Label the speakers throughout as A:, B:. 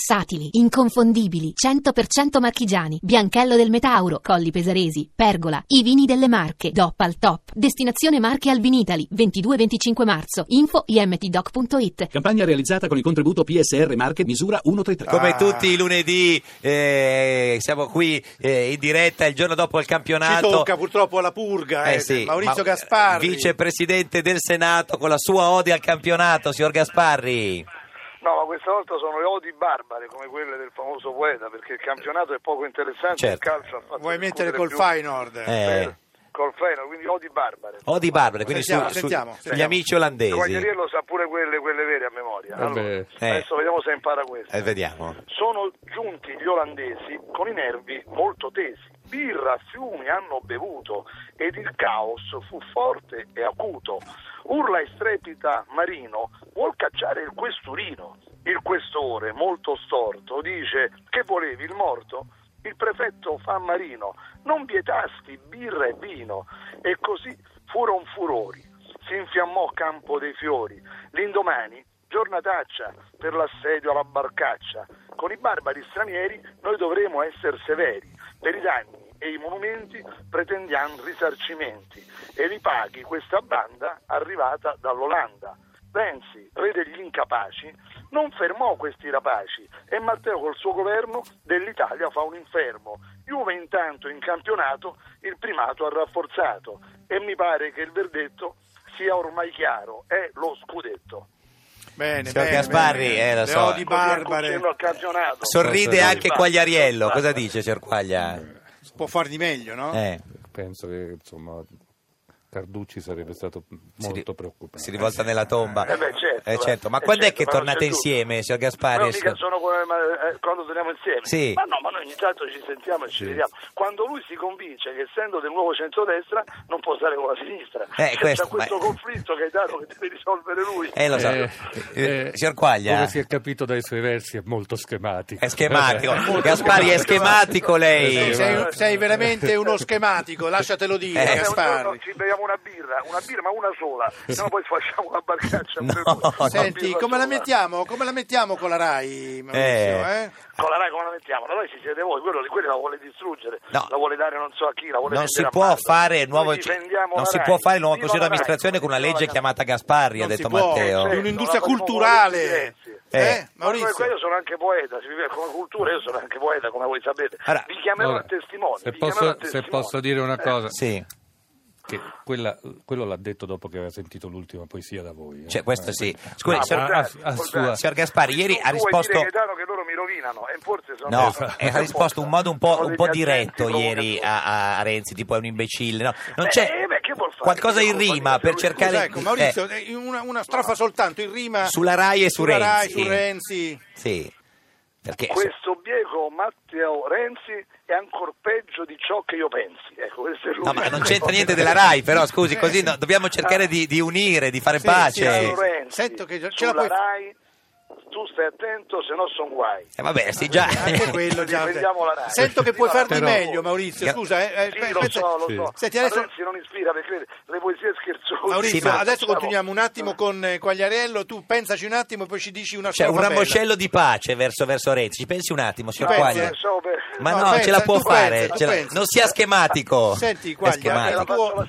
A: Versatili, inconfondibili, 100% marchigiani, Bianchello del Metauro, Colli Pesaresi, Pergola, i vini delle Marche, DOP al top. Destinazione Marche Albinitali, 22-25 marzo, info imtdoc.it.
B: Campagna realizzata con il contributo PSR Marche misura 133.
C: Come
D: Ah.
C: tutti i lunedì eh, siamo qui eh, in diretta il giorno dopo il
D: Ci
C: campionato.
D: tocca purtroppo alla purga, eh,
C: sì,
D: Maurizio
C: ma-
D: Gasparri.
C: Vicepresidente del Senato con la sua odia al campionato, signor Gasparri.
E: No, ma questa volta sono le odi barbare come quelle del famoso poeta, perché il campionato è poco interessante,
C: Certo.
E: il calcio ha fatto
D: Vuoi mettere
E: discutere
D: col
E: più-
D: Feyenoord?
C: Eh,
E: Col Feyenoord, quindi odi barbare.
C: odi barbare, quindi su-
D: Sentiamo,
C: su-
D: sentiamo,
C: gli
D: sentiamo.
C: amici olandesi. Eh,
E: Quagliariello sa pure quelle, quelle vere a memoria. Allora,
F: Vabbè.
E: adesso vediamo se impara questa.
C: Eh, vediamo.
E: sono giunti gli olandesi con i nervi molto tesi. Birra a fiumi hanno bevuto ed il caos fu forte e acuto. Urla e strepita Marino, vuol cacciare il questurino. Il questore, molto storto, dice che volevi il morto? Il prefetto fa Marino, non vietasti birra e vino. E così furon furori si infiammò Campo dei Fiori. L'indomani, giornataccia per l'assedio alla barcaccia. Con i barbari stranieri noi dovremo essere severi. Per i danni e i monumenti pretendiamo risarcimenti e ripaghi questa banda arrivata dall'Olanda. Renzi, re degli incapaci, non fermò questi rapaci e Matteo col suo governo dell'Italia fa un infermo. Juve intanto in campionato il primato ha rafforzato e mi pare che il verdetto sia ormai chiaro, è lo scudetto.
D: Bene,
C: Signor
D: bene,
C: Gasparri,
D: bene.
C: eh, lo
D: Le
C: so.
D: odi barbare.
E: Al campionato.
C: Sorride anche
E: Basta.
C: Quagliariello, cosa dice signor Quaglia?
D: Può far di meglio, no?
C: Eh,
F: Penso che insomma Carducci sarebbe stato
C: si ri-
F: molto preoccupato.
C: Si rivolta nella tomba.
E: Eh beh, certo,
C: Eh, certo. Ma
E: eh,
C: quando è
E: certo,
C: che
E: ma non
C: tornate
E: c'è dubbio.
C: insieme, signor Eh,
E: Ma
C: Gasparri?
E: non mica sono come ma, eh, quando torniamo insieme.
C: Sì.
E: Ma no, ma noi ogni tanto ci sentiamo e ci vediamo. Quando lui si convince che essendo del nuovo centrodestra non può stare con la sinistra.
C: Eh,
E: C'è
C: questo,
E: questo
C: ma-
E: conflitto che è dato che deve risolvere lui.
C: Eh, lo so.
F: Eh,
C: Eh,
F: eh,
C: signor Quaglia.
F: Come si è capito dai suoi versi è molto schematico.
C: È schematico.
F: Eh,
C: Gaspari è schematico lei.
D: Sei, sei- sei veramente uno schematico, lasciatelo dire,
C: Eh.
E: Eh, un giorno
D: Gasparri.
E: ci beviamo una birra, una birra ma una sola, se no poi facciamo una barcaccia.
C: No,
E: per voi.
C: no.
E: Una
D: Senti,
E: birra
D: come la
E: sola.
D: mettiamo? Come la mettiamo con la Rai, Maurizio?
C: Eh.
D: eh?
E: Con la Rai come la mettiamo? La Rai ci siete voi, quello, quello la vuole distruggere,
C: No.
E: la vuole dare non so a chi, la vuole
C: Non
E: vendere
C: si
E: a
C: può
E: Marco.
C: fare il nuovo,
E: Noi difendiamo
C: non
E: la
C: si
E: Rai.
C: può fare il nuovo
E: Viva
C: consiglio
E: la
C: di
E: Rai,
C: amministrazione con una
E: viva la
C: legge
E: Rai.
C: chiamata Gasparri, ha
D: Non si
C: detto
D: può,
C: Matteo.
D: è
E: Certo,
D: un'industria
E: la popolarità,
D: culturale.
E: sì.
D: Eh,
C: Eh,
E: Ma
D: Maurizio.
E: poi io sono anche poeta, si vive come cultura, io sono anche poeta, come voi sapete.
C: Allora,
E: vi chiamerò
F: Allora,
E: a testimone.
F: Se
E: vi chiamerò a
F: posso, se
E: testimone.
F: posso dire
D: Eh.
F: una cosa,
C: Sì,
F: che quella- quello l'ha detto dopo che aveva sentito l'ultima poesia da voi. eh.
C: cioè, questo sì.
E: Ma
C: Scusi, signor,
E: guardate,
F: a- a
E: guardate.
F: sua-
C: signor Gasparri, ieri
E: Tu
C: ha
E: vuoi
C: risposto...
E: dire, Gaetano, che loro mi rovinano e forse sono
C: No,
E: sono-
C: eh, ha
E: sono
C: risposto in
E: forza.
C: modo un po',
E: Sono
C: un po'
E: degli agenti
C: diretto ieri
E: provocatori.
C: a, a Renzi, tipo è un imbecille. No, non
E: Eh,
C: c'è
E: eh, beh, che vuol fare?
C: qualcosa in
E: Io non
C: rima
E: voglio
C: per
E: dire-
C: cercare...
D: Scusa, ecco, Maurizio, eh, una, una strofa soltanto in rima
C: eh, sulla Rai e su
D: sulla
C: Renzi.
D: Rai, su Renzi.
C: Eh, Sì, perché...
E: Questo bieco Matteo Renzi è ancora peggio di ciò che io pensi. Ecco, questo è
C: No, ma
E: l'unico-
C: non c'entra niente della Rai, però scusi,
D: Eh,
C: così no, dobbiamo
E: Ah.
C: cercare di, di unire, di fare
D: Sì, sì,
C: pace.
E: Matteo
D: allora-
E: Renzi,
D: Sento che ce la
E: sulla
D: puoi-
E: Rai, tu stai attento, se no sono guai.
C: Eh, vabbè, sì, già.
D: Anche quello, già.
E: Difendiamo la Rai.
D: Sento che puoi far di
F: Però-
D: meglio, Maurizio.
C: Ga-
D: Scusa, eh, eh,
E: Sì, lo
D: aspetta.
E: so, lo
F: Sì.
E: so.
D: Senti,
E: Ma
D: adesso-
E: Renzi non ispira perché le poesie scherzose.
D: Maurizio,
C: Sì, ma-
D: adesso continuiamo un attimo con eh, Quagliarello. Tu pensaci un attimo e poi ci dici una
C: C'è
D: strofa
C: Cioè, un
D: bella.
C: ramoscello di pace verso, verso Renzi. Ci pensi un attimo, signor
D: pensi,
C: Quaglia?
D: eh?
E: Lasciamo perdere.
C: Ma
D: No,
C: no,
D: pensa,
C: ce la può
D: tu
C: fare.
D: pensa, tu
C: ce la-
D: pensa.
C: Non sia schematico.
D: Senti,
C: È
D: Quaglia,
C: schematico.
D: la tuo-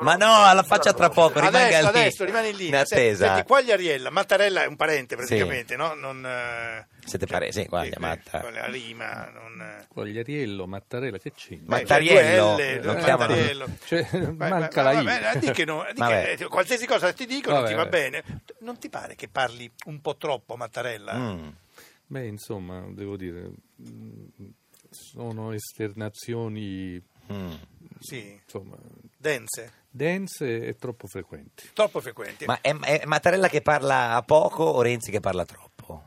C: Ma no, alla faccia tra poco, rimanga
D: Adesso,
C: lì.
D: adesso rimani lì.
C: In
D: Senti,
C: attesa.
D: Senti, Quagliariella, Mattarella è un parente praticamente, no? Non, eh,
C: Siete pare- sì, Quaglia,
D: eh,
C: Matta.
D: con la rima, non... eh.
F: Quagliariello, Mattarella, che c'entra?
D: Beh,
C: Mattariello,
D: cioè,
C: lo
D: eh,
C: chiamano.
D: Mattariello.
F: Cioè,
D: Vai,
F: manca
D: vai,
F: la I.
D: vabbè, dai, di che no, di
C: Vabbè.
D: che- eh, qualsiasi cosa ti dicono
F: Vabbè,
D: ti va
F: vabbè.
D: bene. Non ti pare che parli un po' troppo, Mattarella?
C: Mm.
F: Beh, insomma, devo dire, mh, sono esternazioni
C: Mm.
D: Sì,
F: insomma,
D: dense,
F: dense e troppo frequenti.
D: troppo frequenti.
C: Ma è, è Mattarella che parla a poco o Renzi che parla troppo?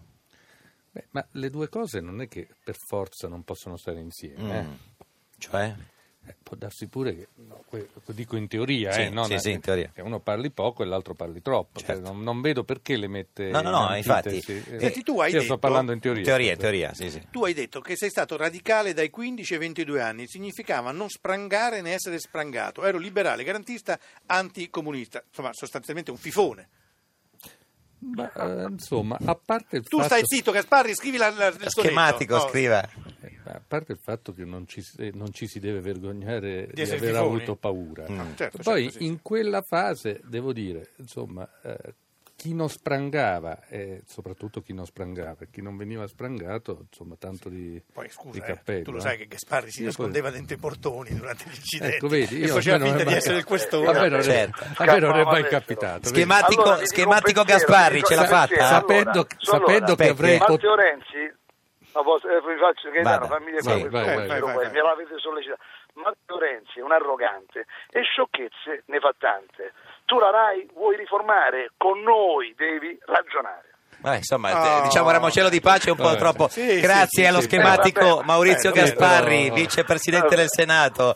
F: Beh, ma le due cose non è che per forza non possono stare insieme. eh.
C: Mm. Cioè?
F: Eh, può darsi pure che, no, que- lo dico in teoria,
C: Sì,
F: eh, non
C: sì,
F: è-
C: sì, in teoria.
F: che uno parli poco e l'altro parli troppo. Cioè,
C: Certo.
F: non, non vedo perché le mette.
C: No, no,
F: in
C: no,
F: antitesi.
C: infatti.
F: Eh,
D: Senti, tu hai
F: io sto
D: detto-
F: parlando in teoria.
C: In teoria, in
F: scusate.
C: teoria, sì, sì.
D: Tu hai detto che sei stato radicale dai 15 ai 22 anni, significava non sprangare né essere sprangato. Ero liberale, garantista, anticomunista, insomma, sostanzialmente un fifone.
F: Ma, eh, insomma, a parte il
D: Tu
F: fatto...
D: stai zitto, Gasparri, scrivi la, la, il sonetto.
C: Schematico,
D: No.
C: scriva.
F: Eh, ma a parte il fatto che non ci, si- eh, non ci si deve vergognare di,
D: essere
F: aver
D: fifoni.
F: avuto paura.
D: Ah, certo,
F: Poi
D: certo, sì,
F: in quella fase, devo dire, insomma, eh, chi non sprangava, e soprattutto chi non sprangava, e chi non veniva sprangato, insomma, tanto di,
D: Poi
F: di
D: scusa, eh,
F: cappello.
D: tu lo
F: eh.
D: sai che Gasparri si
F: Io poi-
D: nascondeva dentro i portoni durante l'incidente
F: Ecco, vedi,
D: e
F: io
D: faceva
F: a me non
D: finta
F: è
D: di
F: mai-
D: essere il
F: A me
D: questore.
F: non
C: Certo.
F: è, a me non è
E: Scappava
F: mai
E: all'estero.
F: capitato. vedi.
C: Schema- Schematico-
E: vi dico
C: schematico
E: un pensiero,
C: Gasparri,
E: vi dico
C: ce l'ha
E: un
C: fatta?
E: pensiero.
F: Sapendo- sapendo che avrei pot-
E: Matteo Renzi, a vostra- eh, vi faccio Gaetano,
C: Vada,
E: fammi dire
F: sì,
E: quello,
F: vai,
E: questo
F: vai,
E: giro
D: vai,
E: poi,
D: vai.
E: me l'avete sollecitato. Matteo Renzi è un arrogante e sciocchezze ne fa tante. Tu la RAI vuoi riformare, con noi devi ragionare.
C: Vabbè, insomma,
D: Oh.
C: eh, diciamo Ramocello di Pace è un po'
F: Vabbè.
C: troppo.
D: Sì, sì,
C: Grazie
D: sì,
C: allo
F: sì.
C: schematico
E: Eh, vabbè, Eh,
C: Maurizio
E: vabbè,
C: Gasparri,
F: però-
C: vicepresidente del Senato.